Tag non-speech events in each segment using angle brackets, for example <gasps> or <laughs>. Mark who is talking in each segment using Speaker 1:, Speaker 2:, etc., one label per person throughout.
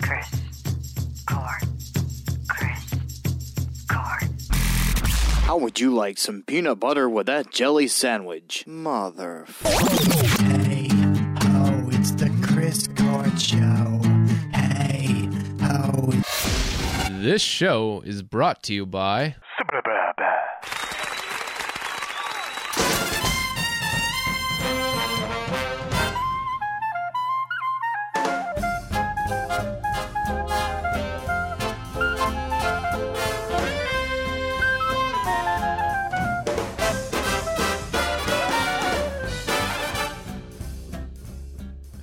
Speaker 1: Chris. Core. Chris. Core.
Speaker 2: How would you like some peanut butter with that jelly sandwich? Mother.
Speaker 3: Hey ho, it's the Chris Court Show. Hey ho,
Speaker 4: This show is brought to you by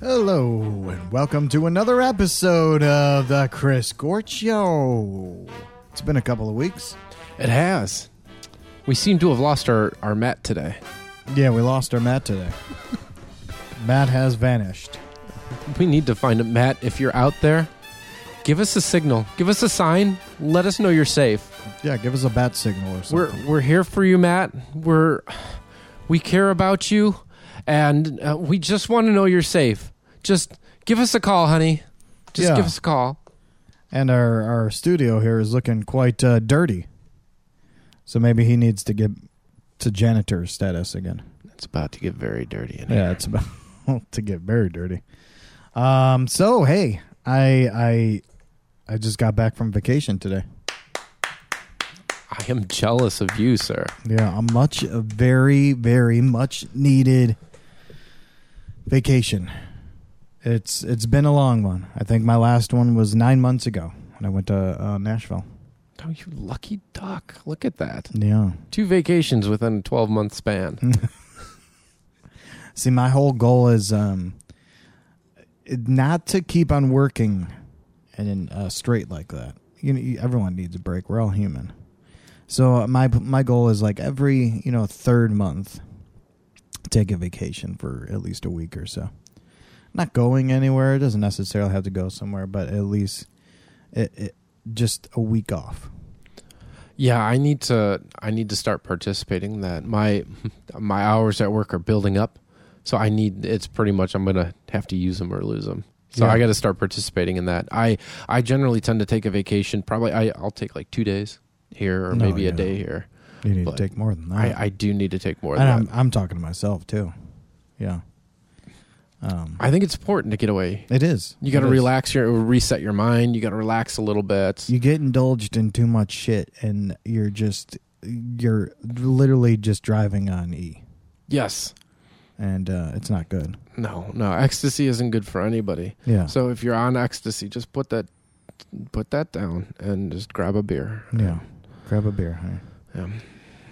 Speaker 3: Hello, and welcome to another episode of The Chris Gort Show. It's been a couple of weeks.
Speaker 5: It has. We seem to have lost our, our Matt today.
Speaker 3: Yeah, we lost our Matt today. <laughs> Matt has vanished.
Speaker 5: We need to find a Matt if you're out there. Give us a signal. Give us a sign. Let us know you're safe.
Speaker 3: Yeah, give us a bat signal or something.
Speaker 5: We're we're here for you, Matt. We're we care about you, and uh, we just want to know you're safe. Just give us a call, honey. Just
Speaker 3: Yeah.
Speaker 5: give us a call.
Speaker 3: and our, our studio here is looking quite uh, dirty. So maybe he needs to get to janitor status again.
Speaker 5: It's about to get very dirty. In
Speaker 3: Yeah, it's about <laughs> to get very dirty. Um. So hey, I I I just got back from vacation today.
Speaker 5: I am jealous of you, sir.
Speaker 3: Yeah, a much, a very, very much needed vacation. It's it's been a long one. I think my last one was nine months ago when I went to uh, Nashville.
Speaker 5: Oh, you lucky duck! Look at that.
Speaker 3: Yeah.
Speaker 5: Two vacations within a 12 month span.
Speaker 3: Mm-hmm. See, my whole goal is um, not to keep on working and uh, straight like that. You know, you- everyone needs a break. We're all human. So uh, my my goal is like every you know third month, take a vacation for at least a week or so. Not going anywhere. It doesn't necessarily have to go somewhere, but at least it, it just a week off.
Speaker 5: Yeah, I need to I need to start participating in that. My <laughs> my hours at work are building up. So I need it's pretty much I'm going to have to use them or lose them. So
Speaker 3: Yeah.
Speaker 5: I got to start participating in that. I I generally tend to take a vacation probably I I'll take like 2 days here or
Speaker 3: No,
Speaker 5: maybe
Speaker 3: Oh, yeah.
Speaker 5: a day here.
Speaker 3: You need
Speaker 5: But
Speaker 3: to take more than that.
Speaker 5: I I do need to take more
Speaker 3: and
Speaker 5: than
Speaker 3: I'm
Speaker 5: that.
Speaker 3: I'm talking to myself too. Yeah. Um,
Speaker 5: I think it's important to get away.
Speaker 3: It is.
Speaker 5: You got to
Speaker 3: It is.
Speaker 5: relax your reset your mind. You got to relax a little bit.
Speaker 3: You get indulged in too much shit, and you're just you're literally just driving on E,
Speaker 5: yes.
Speaker 3: and uh, it's not good.
Speaker 5: No, no. Ecstasy isn't good for anybody.
Speaker 3: Yeah.
Speaker 5: So if you're on ecstasy, just put that put that down and just grab a beer.
Speaker 3: yeah. Grab a beer, honey.
Speaker 5: Yeah.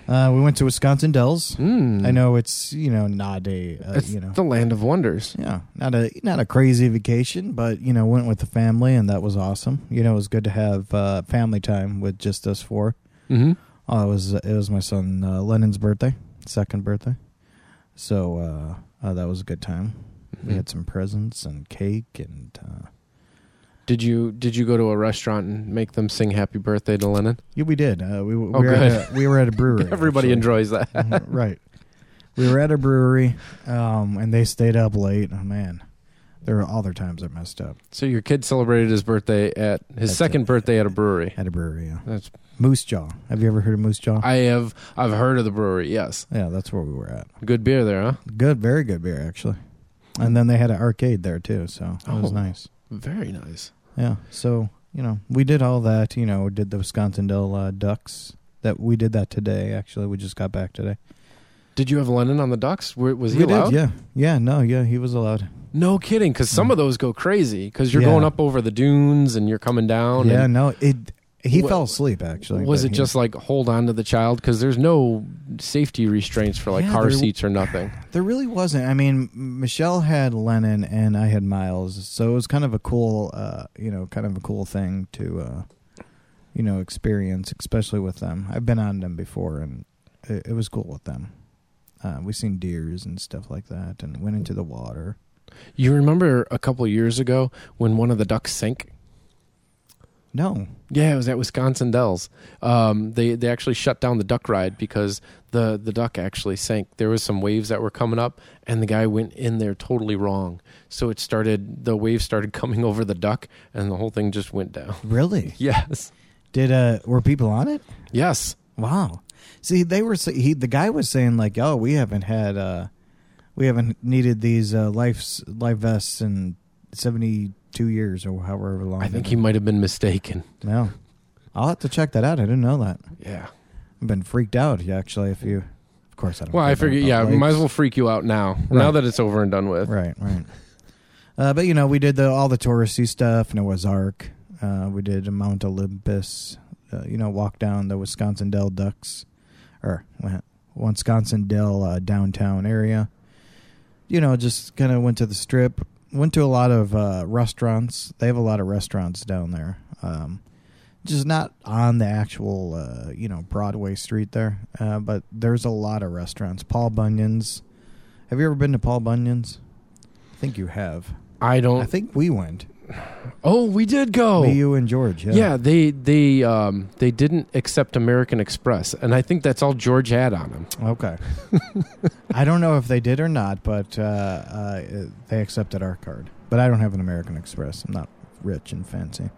Speaker 3: Uh, we went to Wisconsin Dells.
Speaker 5: Mm.
Speaker 3: I know it's you know not a uh,
Speaker 5: It's
Speaker 3: you know
Speaker 5: the land of wonders.
Speaker 3: yeah not a not a crazy vacation, but you know went with the family and that was awesome. You know it was good to have uh, family time with just us four.
Speaker 5: Mm-hmm.
Speaker 3: Oh, it was it was my son uh, Lennon's birthday, second birthday. So uh, uh, that was a good time. We
Speaker 5: Mhm.
Speaker 3: had some presents and cake, and uh,
Speaker 5: Did you did you go to a restaurant and make them sing Happy Birthday to Lennon?
Speaker 3: yeah, we did. Uh, we we
Speaker 5: Oh,
Speaker 3: were at
Speaker 5: good.
Speaker 3: a, we were at a brewery.
Speaker 5: <laughs> Everybody
Speaker 3: actually.
Speaker 5: enjoys that.
Speaker 3: Mhm, right. We were at a brewery, um, and they stayed up late. Oh man, there were other times I messed up
Speaker 5: So your kid celebrated his birthday at his
Speaker 3: That's
Speaker 5: second
Speaker 3: it.
Speaker 5: birthday at a brewery.
Speaker 3: at a brewery. Yeah.
Speaker 5: That's
Speaker 3: Moose Jaw. Have you ever heard of Moose Jaw?
Speaker 5: I have I've heard of the brewery. Yes,
Speaker 3: yeah, that's where we were at.
Speaker 5: good beer there, huh?
Speaker 3: Good, very good beer actually. And then they had an arcade there too, so that was
Speaker 5: Oh.
Speaker 3: nice.
Speaker 5: Very nice.
Speaker 3: Yeah. So, you know, we did all that, you know, did the Wisconsindale uh, Ducks. That we did that today actually. We just got back today.
Speaker 5: Did you have Lennon on the ducks? Were- Was
Speaker 3: we
Speaker 5: he allowed?
Speaker 3: did, yeah. Yeah, no, yeah, he was allowed.
Speaker 5: No kidding, because some of those go crazy because you're
Speaker 3: Yeah.
Speaker 5: going up over the dunes and you're coming down.
Speaker 3: yeah,
Speaker 5: and-
Speaker 3: no, it he
Speaker 5: Wha-
Speaker 3: fell asleep actually.
Speaker 5: was
Speaker 3: but
Speaker 5: it
Speaker 3: he-
Speaker 5: just like hold on to the child because there's no safety restraints for like
Speaker 3: Yeah,
Speaker 5: car
Speaker 3: there-
Speaker 5: seats or nothing
Speaker 3: There really wasn't. I mean, M- Michelle had Lennon and I had Miles, so it was kind of a cool uh, you know, kind of a cool thing to uh you know, experience, especially with them. I've been on them before and it, it was cool with them. Uh, we seen deers and stuff like that and went into the water.
Speaker 5: you remember a couple years ago when one of the ducks sank
Speaker 3: No.
Speaker 5: Yeah, it was at Wisconsin Dells. Um, they they actually shut down the duck ride because the the duck actually sank. There was some waves that were coming up, and the guy went in there totally wrong. So it started the waves started <laughs> coming over the duck, and the whole thing just went down.
Speaker 3: Really?
Speaker 5: Yes,
Speaker 3: Did uh were people on it?
Speaker 5: yes,
Speaker 3: Wow. See, they were sa- he the guy was saying like, "Oh, we haven't had uh we haven't needed these uh life life vests in 72 years or however long."
Speaker 5: I think he might have been mistaken.
Speaker 3: No. I'll have to check that out. I didn't know that.
Speaker 5: Yeah.
Speaker 3: I've been freaked out yeah, actually if you Of course I don't.
Speaker 5: Well, I
Speaker 3: give a
Speaker 5: figure.
Speaker 3: about
Speaker 5: Yeah,
Speaker 3: lakes.
Speaker 5: might as well freak you out now. Now
Speaker 3: Right.
Speaker 5: that it's over and done with.
Speaker 3: Right, right. <laughs> Uh, but you know, we did the all the touristy stuff, Noah's Ark. Uh, we did Mount Olympus. Uh, you know, walk down the Wisconsin Dell Ducks, or uh, Wisconsin Dell uh, downtown area. You know, just kind of went to the strip. Went to a lot of uh, restaurants. They have a lot of restaurants down there. Um, just not on the actual, uh, you know, Broadway street there, uh, but there's a lot of restaurants. Paul Bunyan's. Have you ever been to Paul Bunyan's? I think you have.
Speaker 5: I don't.
Speaker 3: I think we went.
Speaker 5: oh, we did go.
Speaker 3: Me, you, and George. Yeah.
Speaker 5: yeah. they they um they didn't accept American Express, and I think that's all George had on him. <laughs>
Speaker 3: Okay. I don't know if they did or not, but uh, uh, they accepted our card. But I don't have an American Express. I'm not rich and fancy.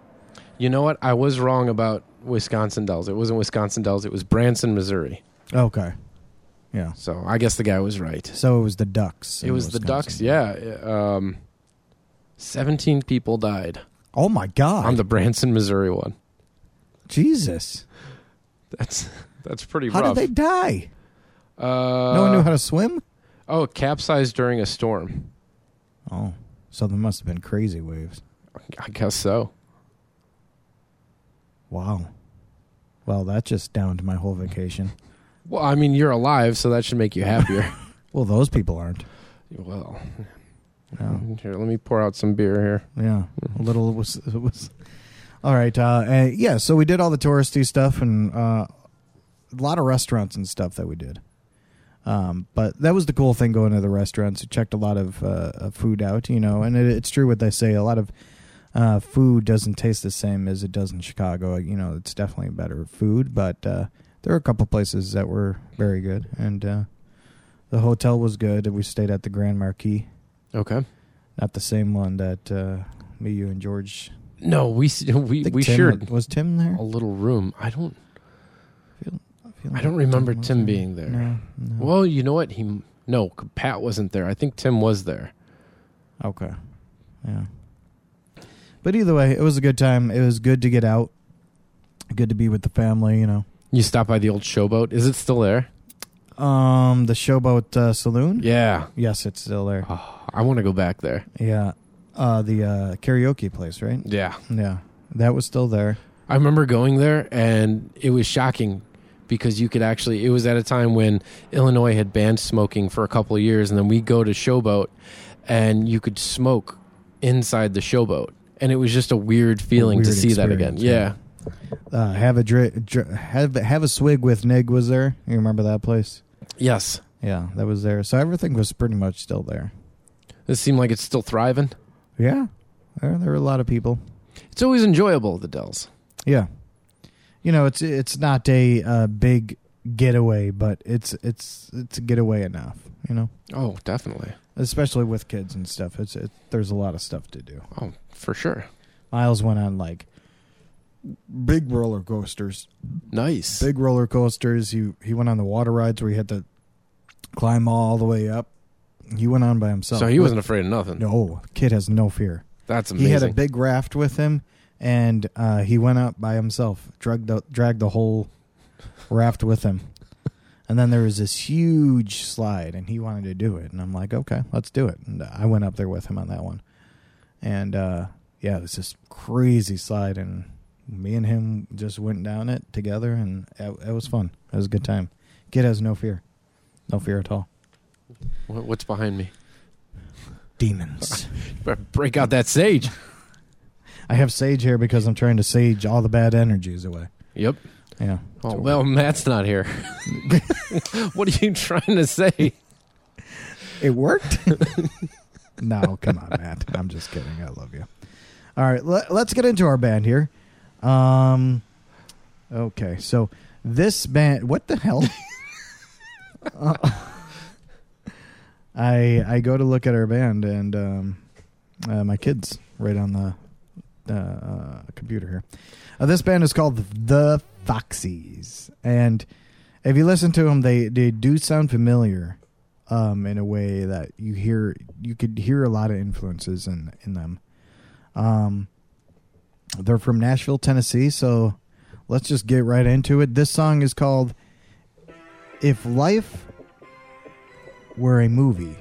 Speaker 5: You know what? I was wrong about Wisconsin Dells. It wasn't Wisconsin Dells. It was Branson, Missouri.
Speaker 3: Okay. Yeah.
Speaker 5: So I guess the guy was right.
Speaker 3: So it was the Ducks.
Speaker 5: It
Speaker 3: in
Speaker 5: was the Ducks.
Speaker 3: Wisconsin.
Speaker 5: Yeah. Um, Seventeen people died
Speaker 3: Oh my God.
Speaker 5: on the Branson, Missouri one.
Speaker 3: Jesus.
Speaker 5: That's <laughs> that's pretty
Speaker 3: How
Speaker 5: rough.
Speaker 3: did they die?
Speaker 5: uh,
Speaker 3: No one knew how to swim.
Speaker 5: Oh, capsized during a storm.
Speaker 3: Oh, so there must have been crazy waves.
Speaker 5: I guess so.
Speaker 3: Wow. Well, that just downed my whole vacation.
Speaker 5: Well, I mean, you're alive, so that should make
Speaker 3: <laughs>
Speaker 5: you happier.
Speaker 3: Well, those people aren't.
Speaker 5: well,
Speaker 3: No.
Speaker 5: here, let me pour out some beer here.
Speaker 3: Yeah, a little was was. All right, uh, uh, yeah. So we did all the touristy stuff and uh, a lot of restaurants and stuff that we did. Um, but that was the cool thing going to the restaurants. We checked a lot of uh, uh, food out, you know, and it, it's true what they say. A lot of uh, food doesn't taste the same as it does in Chicago. You know, it's definitely better food, but uh, there were a couple places that were very good, and uh, the hotel was good. We stayed at the Grand Marquis
Speaker 5: Okay.
Speaker 3: not the same one that uh, me, you, and George.
Speaker 5: No, we s- <laughs> we
Speaker 3: I think
Speaker 5: we
Speaker 3: Tim-
Speaker 5: shared
Speaker 3: Was Tim there?
Speaker 5: a little room. I don't.
Speaker 3: feel
Speaker 5: I
Speaker 3: like
Speaker 5: don't remember
Speaker 3: was
Speaker 5: Tim being there.
Speaker 3: No, no.
Speaker 5: Well, you know what? He m- no, Pat wasn't there. I think Tim was there.
Speaker 3: Okay. Yeah. But either way, it was a good time. It was good to get out. Good to be with the family. You know,
Speaker 5: You stopped by the old showboat. Is it still there?
Speaker 3: um, the Showboat uh, Saloon.
Speaker 5: Yeah. Uh-huh.
Speaker 3: Yes, it's still there.
Speaker 5: Oh, I want to go back there.
Speaker 3: Yeah. Uh, the uh, karaoke place, right?
Speaker 5: Yeah.
Speaker 3: Yeah, that was still there.
Speaker 5: I remember going there and it was shocking because you could actually it was at a time when Illinois had banned smoking for a couple of years and then we go to Showboat and you could smoke inside the Showboat and it was just a weird feeling to
Speaker 3: Weird
Speaker 5: see that again.
Speaker 3: experience,
Speaker 5: Yeah.
Speaker 3: Uh, have a dri- dri- have have a swig with Nig was there. You remember that place?
Speaker 5: Yes.
Speaker 3: Yeah, that was there. So everything was pretty much still there.
Speaker 5: This seemed like it's still thriving.
Speaker 3: Yeah, there, there were a lot of people.
Speaker 5: It's always enjoyable the Dells.
Speaker 3: Yeah, you know it's it's not a uh, big getaway, but it's it's it's a getaway enough. You know,
Speaker 5: Oh, definitely.
Speaker 3: especially with kids and stuff. It's it, there's a lot of stuff to do.
Speaker 5: Oh, for sure.
Speaker 3: Miles went on like big roller coasters,
Speaker 5: Nice.
Speaker 3: big roller coasters. He he went on the water rides where he had to climb all the way up. He went on by himself.
Speaker 5: so he wasn't afraid of nothing.
Speaker 3: No, kid has no fear.
Speaker 5: That's amazing.
Speaker 3: He had a big raft with him, and uh, he went up by himself, dragged the, dragged the whole raft with him. And then there was this huge slide, and he wanted to do it. And I'm like, okay, let's do it. And uh, I went up there with him on that one. And uh, yeah, it was this crazy slide, and me and him just went down it together, and it, it was fun. It was a good time. Kid has no fear, no fear at all.
Speaker 5: What- What's behind me?
Speaker 3: Demons.
Speaker 5: Better Break out that sage.
Speaker 3: <laughs> I have sage here because I'm trying to sage all the bad energies away.
Speaker 5: Yep.
Speaker 3: Yeah.
Speaker 5: Oh, well, Matt's not <laughs> here. what are you trying to say?
Speaker 3: It worked. <laughs> no, come on, Matt. I'm just kidding. I love you. All right, let, us get into our band here. Um, okay, so this band, what the hell? <laughs> Uh, I I go to look at our band and um, uh, my kids right on the uh, uh, computer here. Uh, this band is called the Foxies, and if you listen to them, they they do sound familiar. Um, in a way that you hear, you could hear a lot of influences in in them. Um, they're from Nashville, Tennessee, so let's just get right into it. This song is called If Life Were a Movie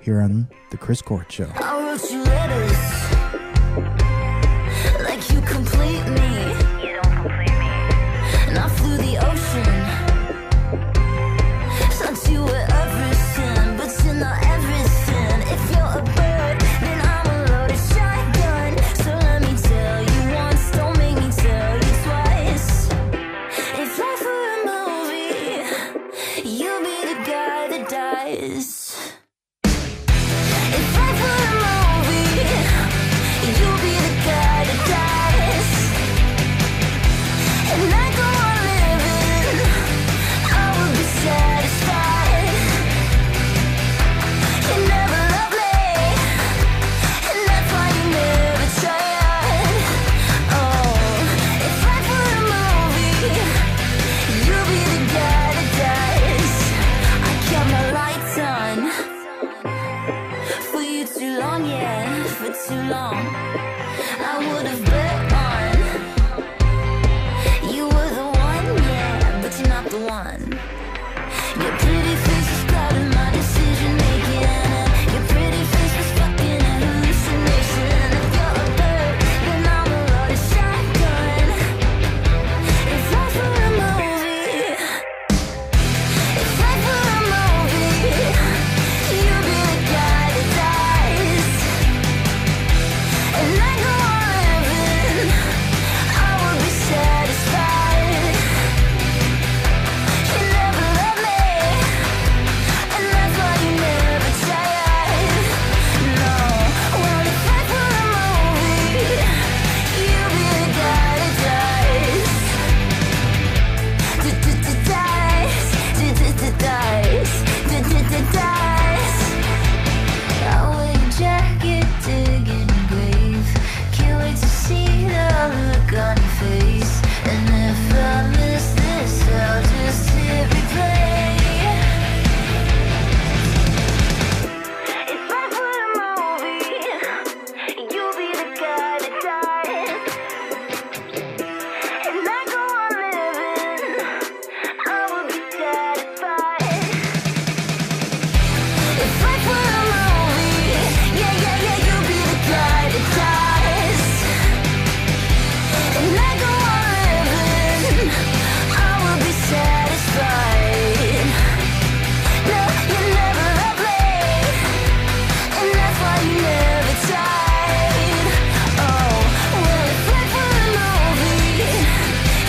Speaker 3: here on The Chris Court Show.
Speaker 6: I wrote you letters like you complete me,
Speaker 1: You don't complete me.
Speaker 6: and I flew the ocean. Thought you were everything, but you're not everything. If you're a bird, then I'm a loaded shotgun. So let me tell you once, don't make me tell you twice. If life were a movie, you'd be the guy that dies. If life were a movie, you'd be the guy that dies, and I go on living. I would be satisfied. you never loved me, and that's why you never tried. Oh, if life were a movie. You'll be the guy that dies. I kept my lights on for you too long, yeah, for too long. I would have bet on you were the one, yeah, but you're not the one. Your pretty face was clouding my decision making. Your pretty face was fucking a hallucination. If you're a bird, then I'm a loaded shotgun. If life were a movie, if life were a movie, you'd be the guy that dies, and I go on living. I would be satisfied. You never loved me, and that's why you never tried. No, well if life were a movie, you'd be the guy that dies. And I go on living. I would be satisfied. If life were a movie, yeah, yeah, yeah, you'd be the guy that dies. And I go on living. I would be satisfied. No, you never loved me. And that's why you never tried. Oh, well, if life were a movie,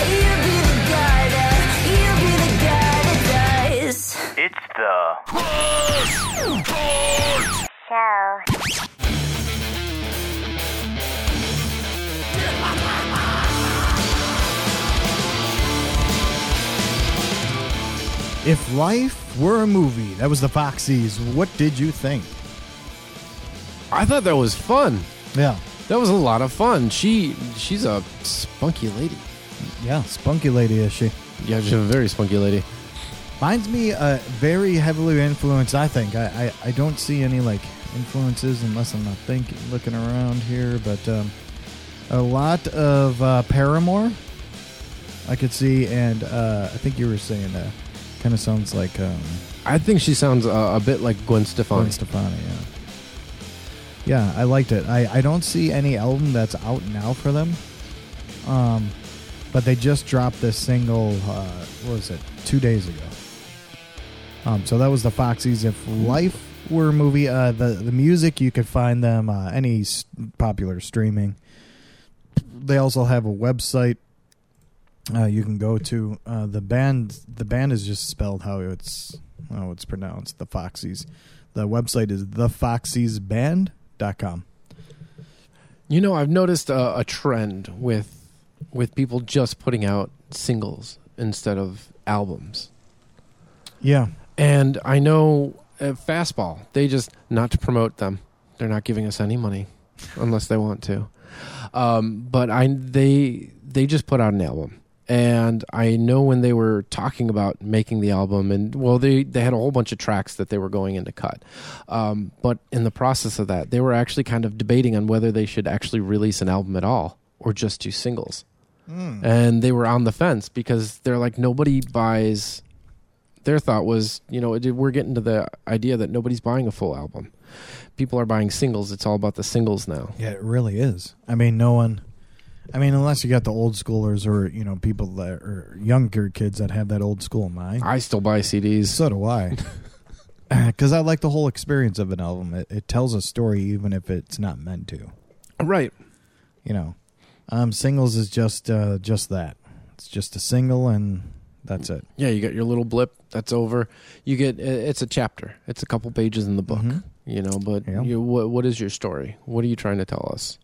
Speaker 6: you'd be the guy that, you'd be the guy that dies.
Speaker 2: It's the
Speaker 1: So.
Speaker 3: If Life Were a Movie, that was the Foxies. What did you think?
Speaker 5: I thought that was fun.
Speaker 3: Yeah.
Speaker 5: That was a lot of fun. She she's a spunky lady.
Speaker 3: Yeah, spunky lady is she.
Speaker 5: Yeah, she's a very spunky lady.
Speaker 3: Mine's me uh, very heavily influenced, I think. I, I, I don't see any like influences unless I'm not thinking, looking around here, but um, a lot of uh, Paramore I could see, and uh, I think you were saying uh, kind of sounds like um,
Speaker 5: I think she sounds uh, a bit like Gwen Stefani.
Speaker 3: Gwen Stefani, yeah. Yeah, I liked it. I, I don't see any album that's out now for them. Um, but they just dropped this single, uh, what was it, two days ago. Um, so that was the Foxies. If Life were a movie, uh, the, the music, you could find them uh, any s- popular streaming. They also have a website uh, you can go to. Uh, the band the band is just spelled how it's how it's pronounced, the Foxies. The website is thefoxiesband.com.
Speaker 5: You know, I've noticed a, a trend with with people just putting out singles instead of albums.
Speaker 3: Yeah.
Speaker 5: And I know at Fastball, they just not to promote them. They're not giving us any money unless they want to. Um, but I they they just put out an album. And I know when they were talking about making the album, and well, they, they had a whole bunch of tracks that they were going into cut. Um, but in the process of that, they were actually kind of debating on whether they should actually release an album at all or just do singles. And they were on the fence because they're like, nobody buys their thought was, you know, it- we're getting to the idea that nobody's buying a full album. People are buying singles. It's all about the singles now.
Speaker 3: Yeah, it really is. I mean, no one. I mean, unless you got the old schoolers or you know people that are younger kids that have that old school mind.
Speaker 5: I still buy CDs.
Speaker 3: So do I. <laughs> Because I like the whole experience of an album. It, it tells a story even if it's not meant to.
Speaker 5: Right.
Speaker 3: You know, um, singles is just uh, just that. It's just a single and that's it.
Speaker 5: Yeah, you got your little blip. That's over. You get i- it's a chapter. It's a couple pages in the book.
Speaker 3: Mhm.
Speaker 5: You know, but
Speaker 3: Yeah.
Speaker 5: you, what what is your story? What are you trying to tell us?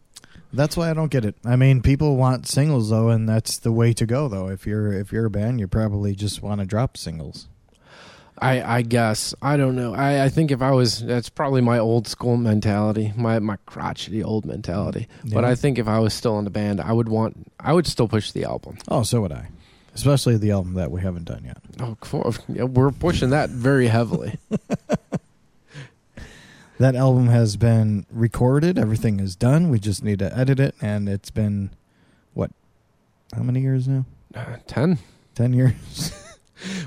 Speaker 3: That's why I don't get it. I mean, people want singles though, and that's the way to go though. If you're if you're a band, you probably just want to drop singles.
Speaker 5: I, I guess I don't know. I, I think if I was, that's probably my old school mentality, my my crotchety old mentality. But
Speaker 3: Yeah.
Speaker 5: I think if I was still in the band, I would want, I would still push the album.
Speaker 3: Oh, so would I. Especially the album that we haven't done yet.
Speaker 5: Oh, cool. Yeah, we're pushing that
Speaker 3: <laughs>
Speaker 5: very heavily.
Speaker 3: That album has been recorded. Everything is done. We just need to edit it, and it's been what? How many years now?
Speaker 5: Uh, Ten.
Speaker 3: Ten years. <laughs>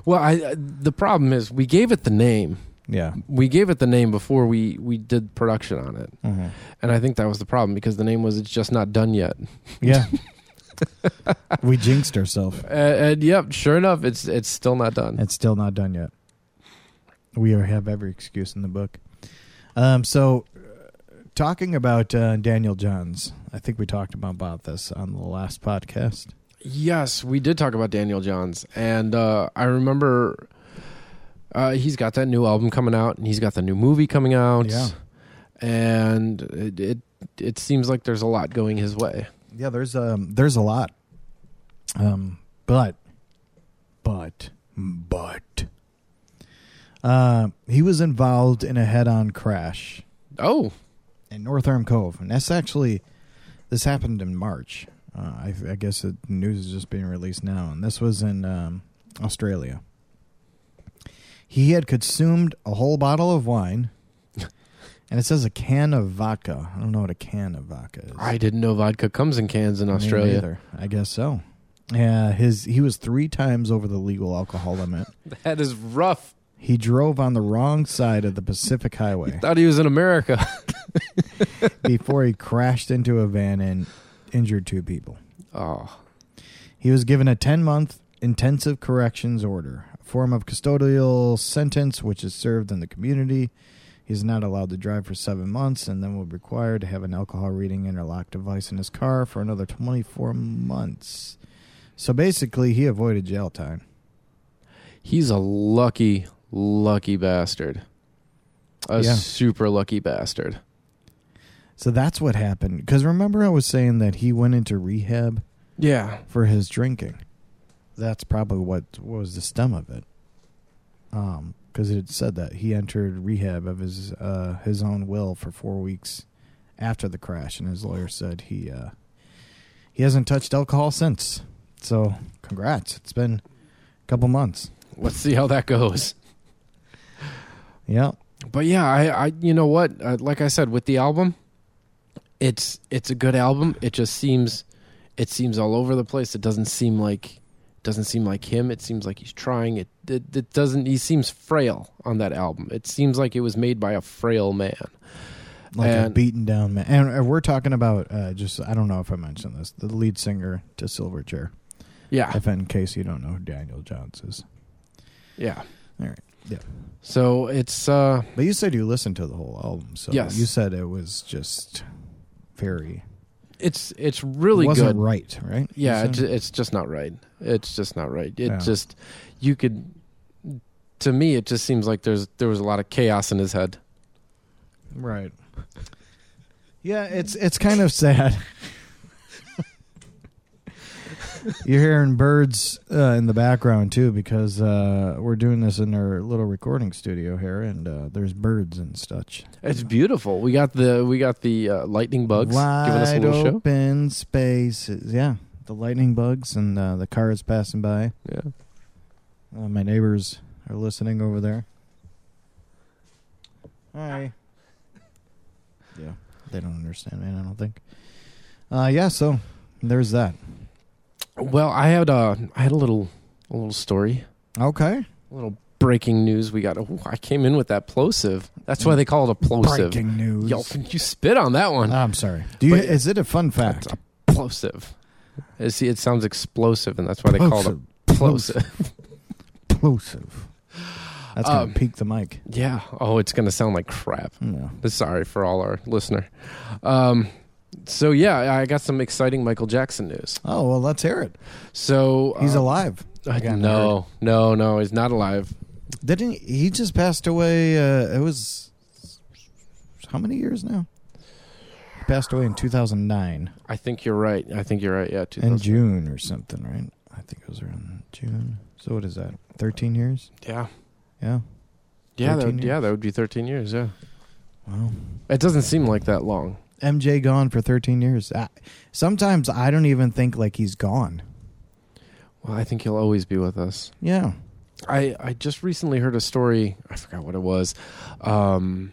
Speaker 5: Well, I, I the problem is we gave it the name.
Speaker 3: yeah.
Speaker 5: We gave it the name before we we did production on it,
Speaker 3: Mhm.
Speaker 5: and I think that was the problem because the name was it's just not done yet.
Speaker 3: <laughs> Yeah. we jinxed ourselves.
Speaker 5: Uh, and yep, sure enough, it's it's still not done.
Speaker 3: It's still not done yet. We are, have every excuse in the book. Um, so, uh, talking about uh, Daniel Johns, I think we talked about, about this on the last podcast.
Speaker 5: Yes, we did talk about Daniel Johns, and uh, I remember uh, he's got that new album coming out, and he's got the new movie coming out.
Speaker 3: Yeah.
Speaker 5: and it it, it seems like there's a lot going his way.
Speaker 3: Yeah, there's um, there's a lot. Um, but, but, but, uh, he was involved in a head-on crash
Speaker 5: Oh,
Speaker 3: in North Arm Cove, and that's actually this happened in March. Uh, I, I guess the news is just being released now, and this was in um, Australia. He had consumed a whole bottle of wine, and it says a can of vodka. I don't know what a can of vodka is.
Speaker 5: I didn't know vodka comes in cans in
Speaker 3: Me
Speaker 5: Australia.
Speaker 3: neither. I guess so. Yeah, his he was three times over the legal alcohol limit.
Speaker 5: That is rough.
Speaker 3: He drove on the wrong side of the Pacific
Speaker 5: <laughs>
Speaker 3: Highway.
Speaker 5: Thought he was in America. <laughs>
Speaker 3: before he crashed into a van and injured two people.
Speaker 5: Oh,
Speaker 3: He was given a 10 month intensive corrections order, a form of custodial sentence which is served in the community. He's not allowed to drive for seven months and then will be required to have an alcohol reading interlock device in his car for another 24 months. So basically, he avoided jail time.
Speaker 5: he's a lucky, lucky bastard. A
Speaker 3: Yeah.
Speaker 5: super lucky bastard.
Speaker 3: So that's what happened. Because remember, I was saying that he went into rehab
Speaker 5: Yeah.
Speaker 3: for his drinking. That's probably what, what was the stem of it. Um, because it said that he entered rehab of his uh his own will for four weeks after the crash, and his lawyer said he uh he hasn't touched alcohol since. So congrats, it's been a couple months.
Speaker 5: Let's see how that goes.
Speaker 3: Yeah,
Speaker 5: But yeah, I, I you know what? Uh, like I said, with the album, it's it's a good album. It just seems, it seems all over the place. It doesn't seem like, doesn't seem like him. It seems like he's trying. It it, it doesn't. He seems frail on that album. It seems like it was made by a frail man.
Speaker 3: like a
Speaker 5: And-
Speaker 3: beaten down man. And uh, we're talking about uh just I don't know if I mentioned this the lead singer to Silverchair.
Speaker 5: Yeah,
Speaker 3: If in case you don't know who Daniel Johns is,
Speaker 5: yeah.
Speaker 3: all right, yeah.
Speaker 5: So it's uh
Speaker 3: But you said you listened to the whole album, so
Speaker 5: Yes.
Speaker 3: you said it was just very
Speaker 5: it's it's really
Speaker 3: it wasn't
Speaker 5: good.
Speaker 3: right, right? You
Speaker 5: Yeah,
Speaker 3: said?
Speaker 5: it's, it's just not right. It's just not right. It
Speaker 3: Yeah.
Speaker 5: just you could to me it just seems like there's there was a lot of chaos in his head.
Speaker 3: right. Yeah, it's it's kind of sad. <laughs> You're hearing birds uh, in the background too because uh, we're doing this in our little recording studio here, and uh, there's birds and such.
Speaker 5: It's beautiful. We got the we got the uh, lightning bugs giving us a
Speaker 3: Wide
Speaker 5: little show.
Speaker 3: open spaces. Yeah, the lightning bugs and uh, the cars passing by.
Speaker 5: Yeah.
Speaker 3: Uh, my neighbors are listening over there. Hi. Yeah, they don't understand me. I don't think. Uh, yeah. So there's that.
Speaker 5: Well, I had uh, I had a little a little story,
Speaker 3: Okay.
Speaker 5: a little breaking news. We got. Ooh, I came in with that plosive. That's why they call it a plosive.
Speaker 3: Breaking news.
Speaker 5: Yo, you spit on that one.
Speaker 3: I'm sorry. Do you?
Speaker 5: But-
Speaker 3: is it a fun fact?
Speaker 5: That's plosive. Uh, See, it sounds explosive, and that's why they call it a plosive.
Speaker 3: Plosive. That's gonna
Speaker 5: Um,
Speaker 3: peak the mic.
Speaker 5: Yeah. Oh, it's gonna sound like crap.
Speaker 3: No.
Speaker 5: Sorry for all our listener. Um, so yeah, I got some exciting Michael Jackson news.
Speaker 3: Oh well, let's hear it.
Speaker 5: So
Speaker 3: He's
Speaker 5: uh,
Speaker 3: alive.
Speaker 5: I-
Speaker 3: got
Speaker 5: no, no, no. He's not alive.
Speaker 3: Didn't he, he just passed away? Uh, it was how many years now? He passed away in 2009
Speaker 5: I think you're right. I think you're right. Yeah,
Speaker 3: in
Speaker 5: 2000.
Speaker 3: June or something, right? I think it was around June. So what is that? 13 years?
Speaker 5: yeah,
Speaker 3: Yeah.
Speaker 5: yeah, that
Speaker 3: 13
Speaker 5: would, yeah. That would be 13 years. Yeah,
Speaker 3: Wow.
Speaker 5: it doesn't seem like that long.
Speaker 3: MJ gone for 13 years. I, sometimes I don't even think like he's gone.
Speaker 5: Well, I think he'll always be with us.
Speaker 3: Yeah.
Speaker 5: I I just recently heard a story. I forgot what it was, um,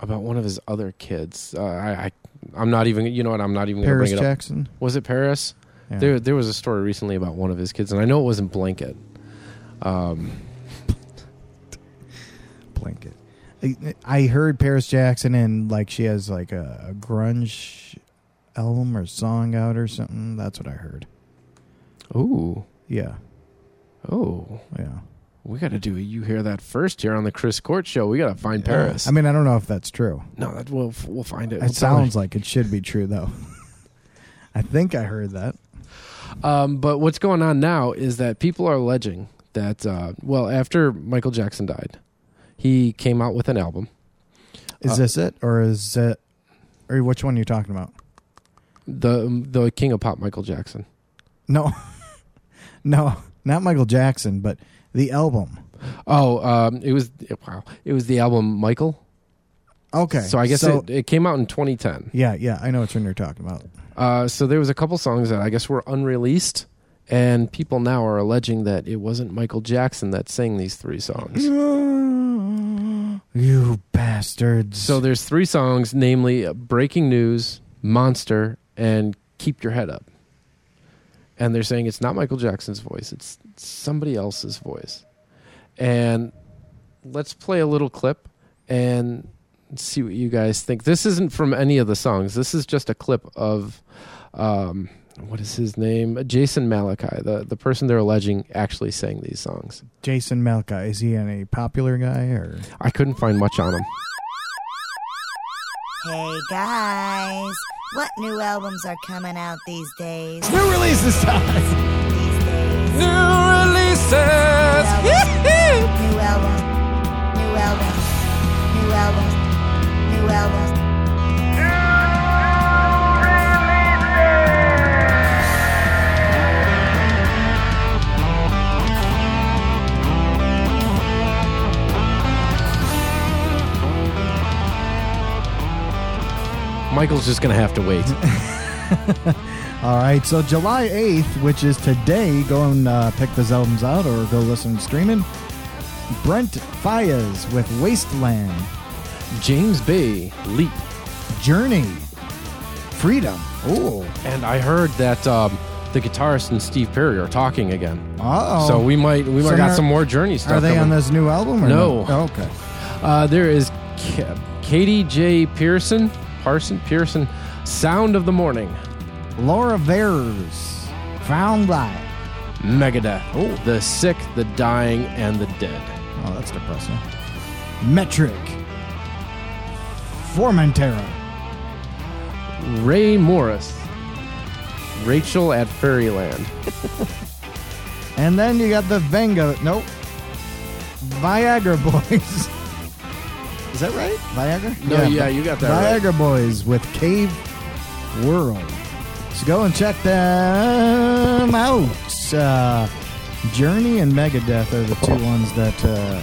Speaker 5: about one of his other kids. Uh, I, I I'm not even. You know what? I'm not even going to
Speaker 3: Paris
Speaker 5: bring it up.
Speaker 3: Jackson.
Speaker 5: Was it Paris?
Speaker 3: Yeah.
Speaker 5: There, there was a story recently about one of his kids, and I know it wasn't Blanket. Um,
Speaker 3: blanket. I, I heard Paris Jackson and like she has like a, a grunge album or song out or something. That's what I heard.
Speaker 5: ooh,
Speaker 3: Yeah,
Speaker 5: oh,
Speaker 3: yeah.
Speaker 5: we got to do a You hear that first here on the Chris Court Show. We got to find Paris.
Speaker 3: I mean, I don't know if that's true.
Speaker 5: no, that we'll we'll find it.
Speaker 3: It sounds like it should be true though. <laughs> I think I heard that.
Speaker 5: Um, but what's going on now is that people are alleging that uh, well, after Michael Jackson died, he came out with an album.
Speaker 3: Is
Speaker 5: Uh,
Speaker 3: this it or is it or which one are you talking about?
Speaker 5: the um, the king of pop michael jackson
Speaker 3: No, <laughs> no, not Michael Jackson, but the album.
Speaker 5: oh um it was wow it was the album michael
Speaker 3: Okay,
Speaker 5: so i guess
Speaker 3: so,
Speaker 5: it, it came out in 2010
Speaker 3: yeah, yeah, I know which one you're talking <gasps> about.
Speaker 5: uh so there was a couple songs that i guess were unreleased and people now are alleging that it wasn't michael jackson that sang these
Speaker 3: <laughs>
Speaker 5: three songs
Speaker 3: You bastards.
Speaker 5: so there's three songs namely uh, breaking news monster and keep your head up and they're saying it's not michael jackson's voice it's somebody else's voice and let's play a little clip and see what you guys think this isn't from any of the songs this is just a clip of um, what is his name jason malachi the, the person they're alleging actually sang these songs
Speaker 3: Jason Malka, is he any popular guy or
Speaker 5: i couldn't find much on him
Speaker 6: Hey guys, what new albums are coming out these days?
Speaker 5: new releases <laughs> time
Speaker 6: These days,
Speaker 5: new releases
Speaker 6: new album, new album, new album, new album.
Speaker 5: michael's just gonna have to wait
Speaker 3: All right, so July 8th, which is today, go and uh, pick those albums out or go listen streaming. Brent Fayez with Wasteland,
Speaker 5: james bay leap
Speaker 3: Journey, Freedom. Ooh.
Speaker 5: and i heard that um, the guitarist and steve perry are talking again
Speaker 3: Uh-oh.
Speaker 5: So we might we might
Speaker 3: Oh. So
Speaker 5: got
Speaker 3: now-
Speaker 5: some more journey stuff.
Speaker 3: Are they on
Speaker 5: coming.
Speaker 3: this new album or
Speaker 5: No.
Speaker 3: no? Okay.
Speaker 5: Uh, there is K- Katie J Pearson, Parson Pearson, Sound of the Morning,
Speaker 3: Laura Veers, Found Light.
Speaker 5: Megadeth, oh, the sick, the dying, and the dead.
Speaker 3: Oh, that's depressing. Metric, Formentera.
Speaker 5: Ray Morris, Rachel at Fairyland,
Speaker 3: And then you got the Venga. Nope. Viagra <laughs> Boys. Is that right? Viagra?
Speaker 5: No, yeah, you got that
Speaker 3: Viagra Boys with Cave World. So go and check them out. Uh, Journey and Megadeth are the two ones that uh,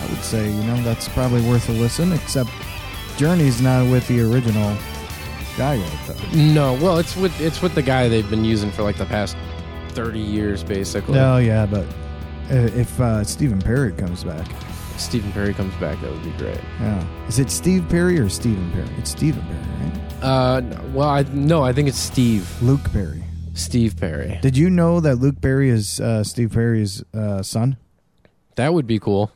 Speaker 3: I would say, you know, that's probably worth a listen, except Journey's not with the original guy yet, though.
Speaker 5: No, well, it's with it's with the guy they've been using for like the past thirty years, basically.
Speaker 3: No, yeah, but uh, if uh, Stephen Perry comes back,
Speaker 5: Stephen Perry comes back, that would be great.
Speaker 3: yeah. Is it Steve Perry or Stephen Perry? It's Stephen Perry, right?
Speaker 5: Uh, no- well, I no, I think it's Steve
Speaker 3: Luke Perry.
Speaker 5: Steve Perry.
Speaker 3: Did you know that Luke Perry is uh, Steve Perry's uh, son?
Speaker 5: That would
Speaker 3: <laughs>
Speaker 5: be cool.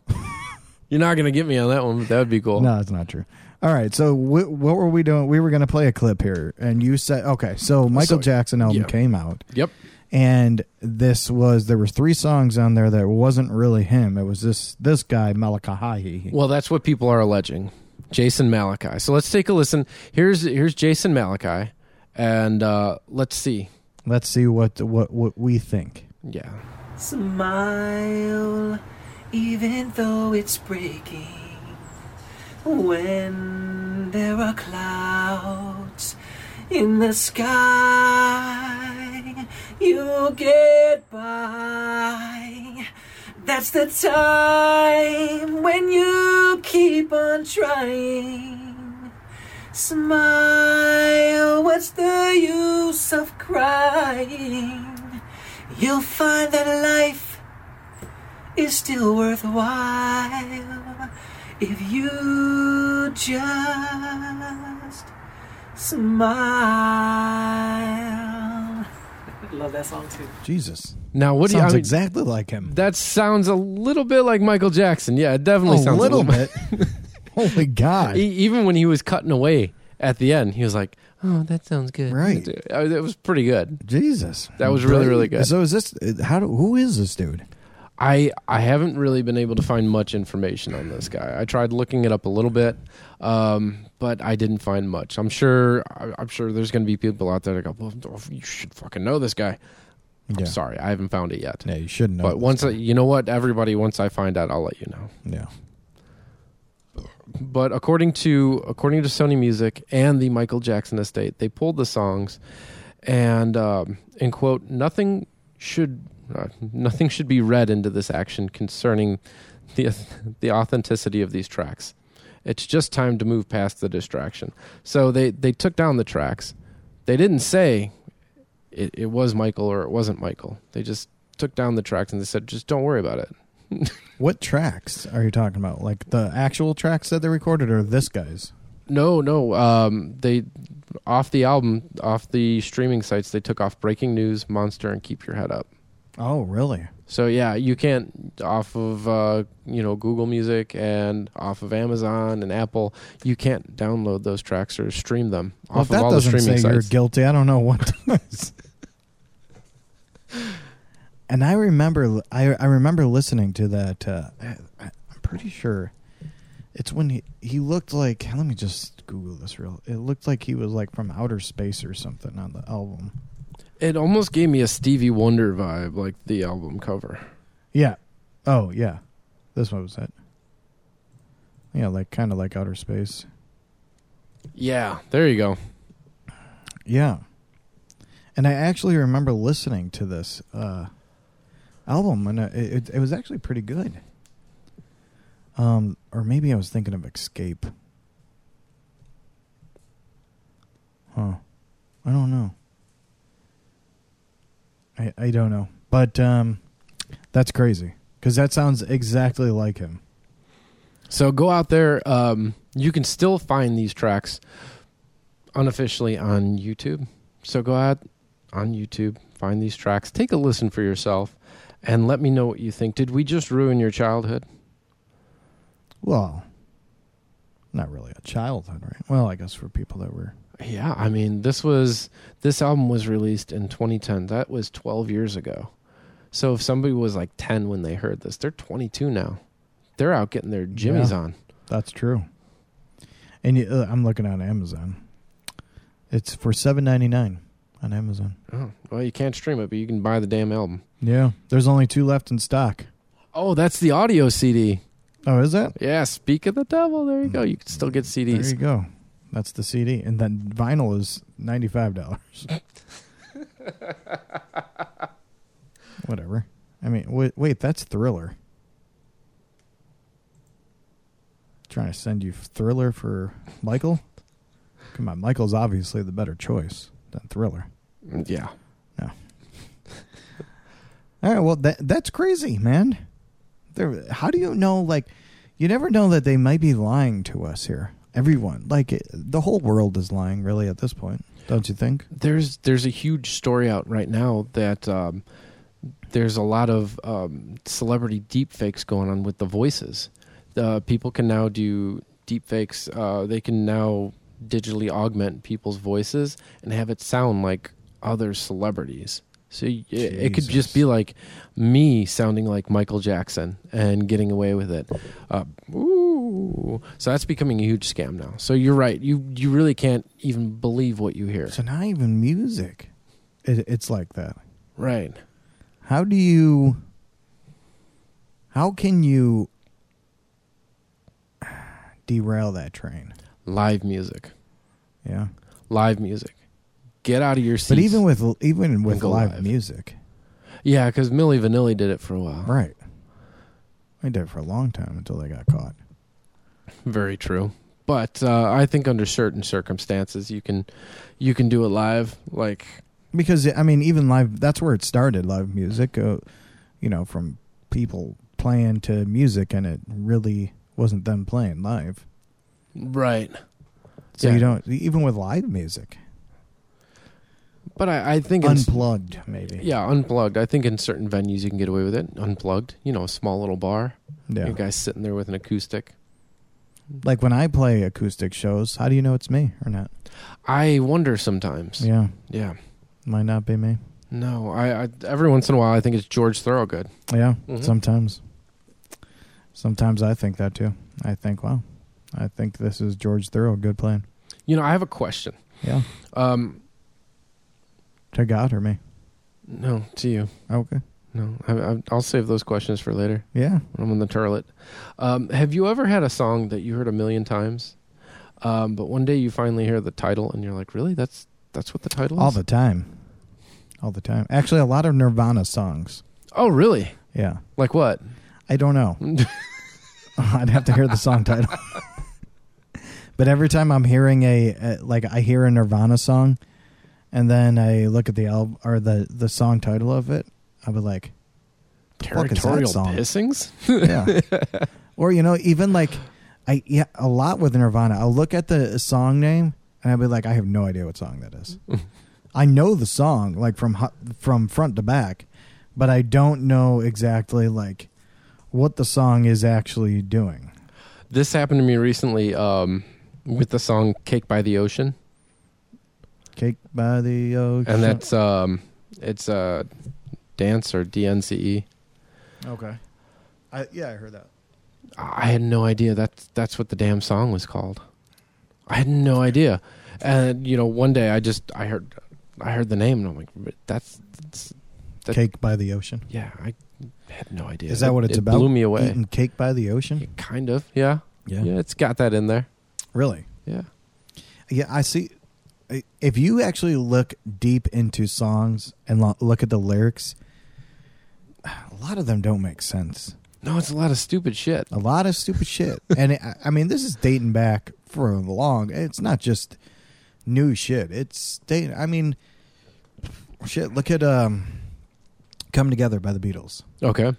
Speaker 5: You're not gonna get me on that one, but that would be cool.
Speaker 3: No, it's not true. All right, so wh- what were we doing? We were going to play a clip here, and you said okay. So Michael
Speaker 5: So-
Speaker 3: Jackson album
Speaker 5: yeah.
Speaker 3: came out,
Speaker 5: Yep.
Speaker 3: and this was there were three songs on there that wasn't really him. It was this this guy Malakahi.
Speaker 5: Well, that's what people are alleging. Jason Malachi. So let's take a listen. Here's here's Jason Malachi, and uh, let's see.
Speaker 3: Let's see what what what we think.
Speaker 5: Yeah.
Speaker 7: Smile, even though it's breaking. When there are clouds in the sky, you get by. That's the time when you keep on trying. Smile, what's the use of crying? You'll find that life is still worthwhile if you just smile. Love that song too.
Speaker 3: Jesus,
Speaker 5: Now, what do you? I
Speaker 3: sounds
Speaker 5: mean,
Speaker 3: exactly like him.
Speaker 5: That sounds a little bit like Michael Jackson. Yeah, it definitely
Speaker 3: a
Speaker 5: sounds
Speaker 3: little bit.
Speaker 5: <laughs>
Speaker 3: Holy God!
Speaker 5: E- even when he was cutting away at the end, he was like, "Oh, that sounds good."
Speaker 3: Right.
Speaker 5: I mean, That was pretty good.
Speaker 3: Jesus,
Speaker 5: That was really, really good.
Speaker 3: So is this how? Do, who is this dude?
Speaker 5: I I haven't really been able to find much information on this guy. I tried looking it up a little bit, um, but I didn't find much. I'm sure I- I'm sure there's going to be people out there that go, "Well, you should fucking know this guy."
Speaker 3: Yeah.
Speaker 5: I'm sorry, I haven't found it yet.
Speaker 3: Yeah, you shouldn't know.
Speaker 5: but
Speaker 3: this.
Speaker 5: once I, you know what, everybody, once I find out, I'll let you know.
Speaker 3: yeah,
Speaker 5: but according to according to Sony Music and the Michael Jackson estate, they pulled the songs, and um, and quote nothing should uh, nothing should be read into this action concerning the the authenticity of these tracks. It's just time to move past the distraction. So they they took down the tracks. They didn't say it, it was Michael or it wasn't Michael. They just took down the tracks and they said just don't worry about it.
Speaker 3: What tracks are you talking about? Like the actual tracks that they recorded, or this guy's?
Speaker 5: No, no. Um, they off the album, off the streaming sites. They took off "Breaking News," "Monster," and "Keep Your Head Up."
Speaker 3: Oh, really?
Speaker 5: So yeah, you can't off of uh, you know Google Music and off of Amazon and Apple. You can't download those tracks or stream them
Speaker 3: Well, if
Speaker 5: off
Speaker 3: that
Speaker 5: of all the
Speaker 3: doesn't
Speaker 5: streaming
Speaker 3: say you're
Speaker 5: sites.
Speaker 3: guilty, I don't know what <laughs> does. and I remember, I I remember listening to that. Uh, I, I- I'm pretty sure it's when he he looked like. Let me just Google this real. It looked like he was like from outer space or something on the album.
Speaker 5: it almost gave me a Stevie Wonder vibe, like the album cover.
Speaker 3: Yeah. Oh yeah, this one was it. Yeah, like kind of like outer space.
Speaker 5: Yeah, there you go.
Speaker 3: Yeah. And I actually remember listening to this uh, album, and uh, it, it, it was actually pretty good. Um, or maybe I was thinking of Escape. Huh. I don't know. I, I don't know. But um, that's crazy because that sounds exactly like him.
Speaker 5: So go out there. Um, you can still find these tracks unofficially on YouTube. So go out on YouTube, find these tracks, take a listen for yourself, and let me know what you think. Did we just ruin your childhood?
Speaker 3: Well, not really a childhood, right? Well, I guess for people that were.
Speaker 5: Yeah, I mean, this was this album was released in 2010. That was 12 years ago. So if somebody was like 10 when they heard this, they're 22 now. They're out getting their jimmies
Speaker 3: Yeah.
Speaker 5: on.
Speaker 3: That's true. And you, uh, I'm looking on Amazon. It's for seven ninety nine on Amazon.
Speaker 5: Oh, well, you can't stream it, but you can buy the damn album.
Speaker 3: Yeah, there's only two left in stock.
Speaker 5: Oh, that's the audio CD.
Speaker 3: Oh, is that?
Speaker 5: Yeah, speak of the devil. There you go. You can still get CDs.
Speaker 3: There you go. That's the CD, and then vinyl is ninety five <laughs> dollars. Whatever. I mean, wait, wait, that's Thriller. Trying to send you Thriller for Michael. Come on, Michael's obviously the better choice than Thriller.
Speaker 5: Yeah.
Speaker 3: <laughs> All right, well that that's crazy, man. There, how do you know? Like, you never know that they might be lying to us here. Everyone, like it, the whole world, is lying really at this point, don't you think?
Speaker 5: There's there's a huge story out right now that um, there's a lot of um, celebrity deepfakes going on with the voices. Uh, people can now do deepfakes. Uh, they can now digitally augment people's voices and have it sound like other celebrities. So y- it, it could
Speaker 3: Jesus.
Speaker 5: just be like me sounding like Michael Jackson and getting away with it. Uh, ooh. So that's becoming a huge scam now. So you're right. You you really can't even believe what you hear.
Speaker 3: So not even music, it, it's like that.
Speaker 5: Right.
Speaker 3: How do you? How can you <sighs> derail that train?
Speaker 5: Live music.
Speaker 3: Yeah,
Speaker 5: Live music. Get out of your seats.
Speaker 3: but even with even with
Speaker 5: go
Speaker 3: live,
Speaker 5: live.
Speaker 3: music,
Speaker 5: yeah, because Millie Vanilli did it for a while.
Speaker 3: right? I did it for a long time until they got caught.
Speaker 5: Very true. But uh, I think under certain circumstances, you can you can do it live. Like
Speaker 3: because I mean, even live that's where it started. Live music, uh, you know, from people playing to music, and it really wasn't them playing live.
Speaker 5: right.
Speaker 3: So
Speaker 5: Yeah.
Speaker 3: you don't even with live music,
Speaker 5: But I, I think in-
Speaker 3: unplugged maybe.
Speaker 5: yeah, unplugged. I think in certain venues you can get away with it. Unplugged, you know, a small little bar.
Speaker 3: yeah.
Speaker 5: You guys sitting there with an acoustic.
Speaker 3: Like when I play acoustic shows, how do you know it's me or not?
Speaker 5: I wonder sometimes.
Speaker 3: Yeah,
Speaker 5: Yeah.
Speaker 3: might not be me.
Speaker 5: No, I, I every once in a while I think it's George Thorogood.
Speaker 3: Yeah,
Speaker 5: Mhm.
Speaker 3: sometimes. Sometimes I think that too. I think, wow, I think this is George Thorogood playing.
Speaker 5: You know, I have a question.
Speaker 3: Yeah,
Speaker 5: Um,
Speaker 3: to God or me?
Speaker 5: no, to you.
Speaker 3: Okay.
Speaker 5: No, I, I, I'll save those questions for later
Speaker 3: Yeah.
Speaker 5: when I'm on the toilet. Um, have you ever had a song that you heard a million times, um, but one day you finally hear the title and you're like, really? That's that's what the title
Speaker 3: All
Speaker 5: is?
Speaker 3: the time. All the time. Actually, a lot of Nirvana songs.
Speaker 5: oh, really?
Speaker 3: Yeah.
Speaker 5: Like what?
Speaker 3: I don't know. <laughs> I'd have to hear the song title. <laughs> but every time I'm hearing a, a like I hear a Nirvana song and then I look at the album or the the song title of it, I would like fuck is that
Speaker 5: Territorial
Speaker 3: song?
Speaker 5: pissings? <laughs>
Speaker 3: yeah. <laughs> or you know, even like I yeah, a lot with Nirvana. I'll look at the song name and I'll be like, I have no idea what song that
Speaker 5: <laughs>
Speaker 3: is. I know the song like from hu- from front to back, but I don't know exactly like what the song is actually doing.
Speaker 5: This happened to me recently um, with the song "Cake by the Ocean,"
Speaker 3: Cake by the ocean. <laughs>
Speaker 5: and that's um, it's uh, dance or DNCE.
Speaker 3: okay. I, yeah, I heard that.
Speaker 5: I had no idea that's that's what the damn song was called. I had no idea, and you know, one day I just I heard I heard the name and I'm like, "But that's, that's That-
Speaker 3: Cake by the ocean.
Speaker 5: yeah, I had no idea.
Speaker 3: Is that what
Speaker 5: It-
Speaker 3: it's
Speaker 5: it
Speaker 3: about?
Speaker 5: Blew me away.
Speaker 3: Eating cake by the ocean.
Speaker 5: Kind of, yeah. Yeah, it's got that in there.
Speaker 3: Really?
Speaker 5: Yeah,
Speaker 3: Yeah, I see. I- If you actually look deep into songs and lo- look at the lyrics, a lot of them don't make sense.
Speaker 5: no, it's a lot of stupid shit.
Speaker 3: A lot of stupid shit. And it, I- I mean, this is dating back for a long. It's not just new shit. It's dating. I mean, shit. Look at um, "Come Together" by the Beatles.
Speaker 5: Okay,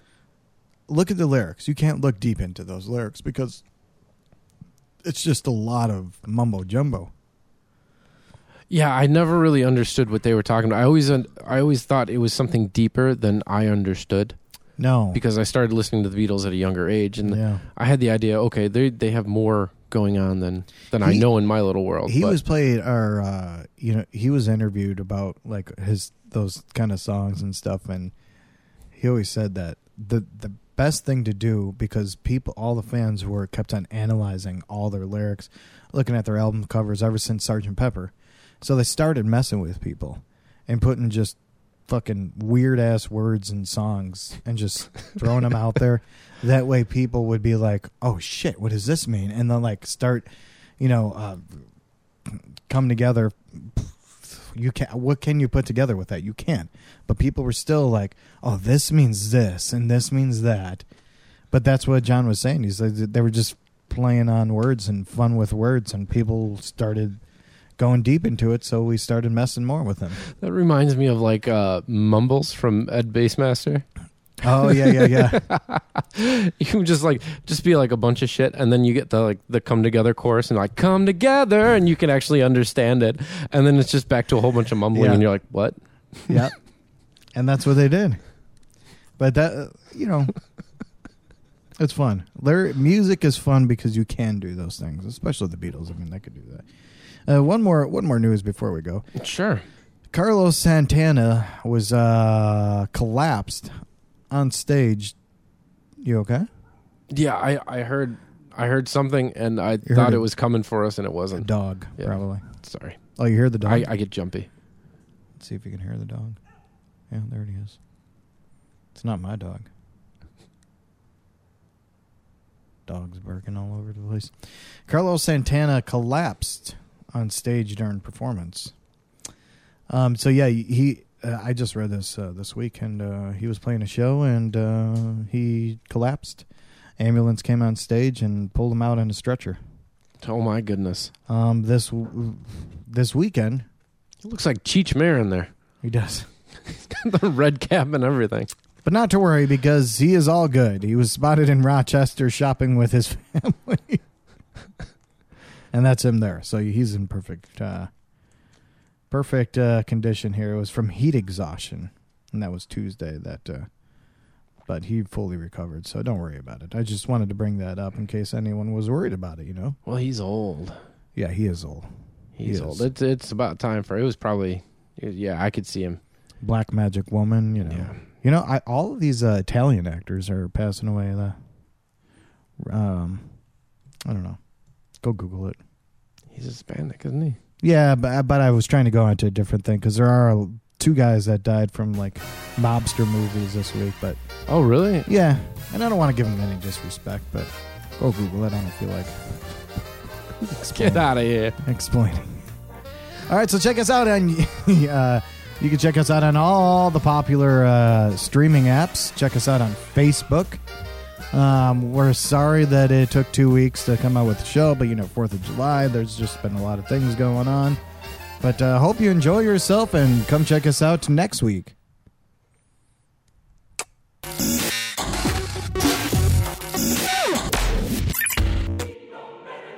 Speaker 3: Look at the lyrics. You can't look deep into those lyrics because it's just a lot of mumbo jumbo.
Speaker 5: yeah, I never really understood what they were talking about. I always I always thought it was something deeper than I understood.
Speaker 3: No,
Speaker 5: because I started listening to the Beatles at a younger age, and
Speaker 3: Yeah.
Speaker 5: I had the idea, okay, they they have more going on than than I
Speaker 3: He-
Speaker 5: know in my little world.
Speaker 3: he
Speaker 5: but-
Speaker 3: was played or uh you know he was interviewed about like his those kind of songs and stuff and he always said that the the best thing to do because people all the fans were kept on analyzing all their lyrics looking at their album covers ever since sergeant pepper so they started messing with people and putting just fucking weird ass words and songs and just throwing them out there that way people would be like oh shit what does this mean and then like start you know uh, come together. You can not What can you put together with that? You can't. But people were still like, "Oh, this means this, and this means that." But that's what John was saying. He said that they were just playing on words and fun with words, and people started going deep into it. So we started messing more with them.
Speaker 5: That reminds me of like uh, Mumbles from Ed Bassmaster. <laughs>
Speaker 3: Oh yeah, yeah, yeah.
Speaker 5: You can just like just be like a bunch of shit, and then you get the like the come together chorus and like come together, and you can actually understand it, and then it's just back to a whole bunch of mumbling,
Speaker 3: Yeah.
Speaker 5: and you're like, what?
Speaker 3: Yep. And that's what they did. But that, uh, you know, it's fun. Lyric, music is fun because you can do those things, especially the Beatles. I mean, they could do that. Uh, one more, one more news before we go.
Speaker 5: Sure.
Speaker 3: Carlos Santana was uh, collapsed on stage. You okay?
Speaker 5: Yeah, I I heard I heard something, and I
Speaker 3: heard
Speaker 5: thought
Speaker 3: a-
Speaker 5: it was coming for us, and it wasn't.
Speaker 3: Dog,
Speaker 5: Yeah.
Speaker 3: probably.
Speaker 5: Sorry,
Speaker 3: Oh, you hear the dog?
Speaker 5: I, I get jumpy.
Speaker 3: Let's see if you can hear the dog. Yeah, there it is. It's not my dog. Dogs barking all over the place. Carlos Santana collapsed on stage during performance. Um, so yeah, he. Uh, I just read this uh, this week, and uh, he was playing a show, and uh, he collapsed. Ambulance came on stage and pulled him out on a stretcher.
Speaker 5: Oh my goodness,
Speaker 3: Um, this w- this weekend,
Speaker 5: it looks like Cheech Marin there, <laughs>
Speaker 3: he does.
Speaker 5: the red cap and everything.
Speaker 3: But not to worry because he is all good. He was spotted in Rochester shopping with his <laughs> family. and that's him there. So he's in perfect uh perfect uh condition here. It was from heat exhaustion. And that was Tuesday that uh but he fully recovered, so don't worry about it. I just wanted to bring that up in case anyone was worried about it, you know.
Speaker 5: Well, he's old.
Speaker 3: Yeah, he is old.
Speaker 5: He's
Speaker 3: He
Speaker 5: old.
Speaker 3: is.
Speaker 5: It's it's about time for it was probably yeah, I could see him.
Speaker 3: Black Magic Woman, you know.
Speaker 5: Yeah.
Speaker 3: You know, I, all of these uh, Italian actors are passing away. The, um, I don't know. Go Google it.
Speaker 5: He's Hispanic, isn't he?
Speaker 3: Yeah, but uh, but I was trying to go into a different thing because there are two guys that died from like mobster movies this week. But
Speaker 5: Oh really?
Speaker 3: yeah, and I don't want to give them any disrespect, but go Google it. I don't feel like
Speaker 5: Get out of here.
Speaker 3: explaining. All right, so check us out on. <laughs> Uh, you can check us out on all the popular uh, streaming apps. Check us out on Facebook. Um, we're sorry that it took two weeks to come out with the show, but you know, Fourth of July, there's just been a lot of things going on. But uh, hope you enjoy yourself and come check us out next week.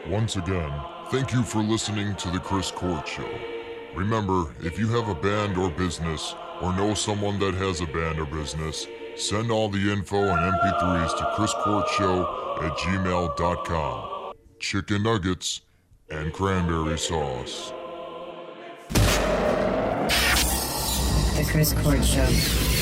Speaker 8: Once again, thank you for listening to The Chris Court Show. Remember, if you have a band or business, or know someone that has a band or business, send all the info and MP3s to chriscourtshow at gmail.com. Chicken nuggets and cranberry sauce.
Speaker 9: The Chris Court Show.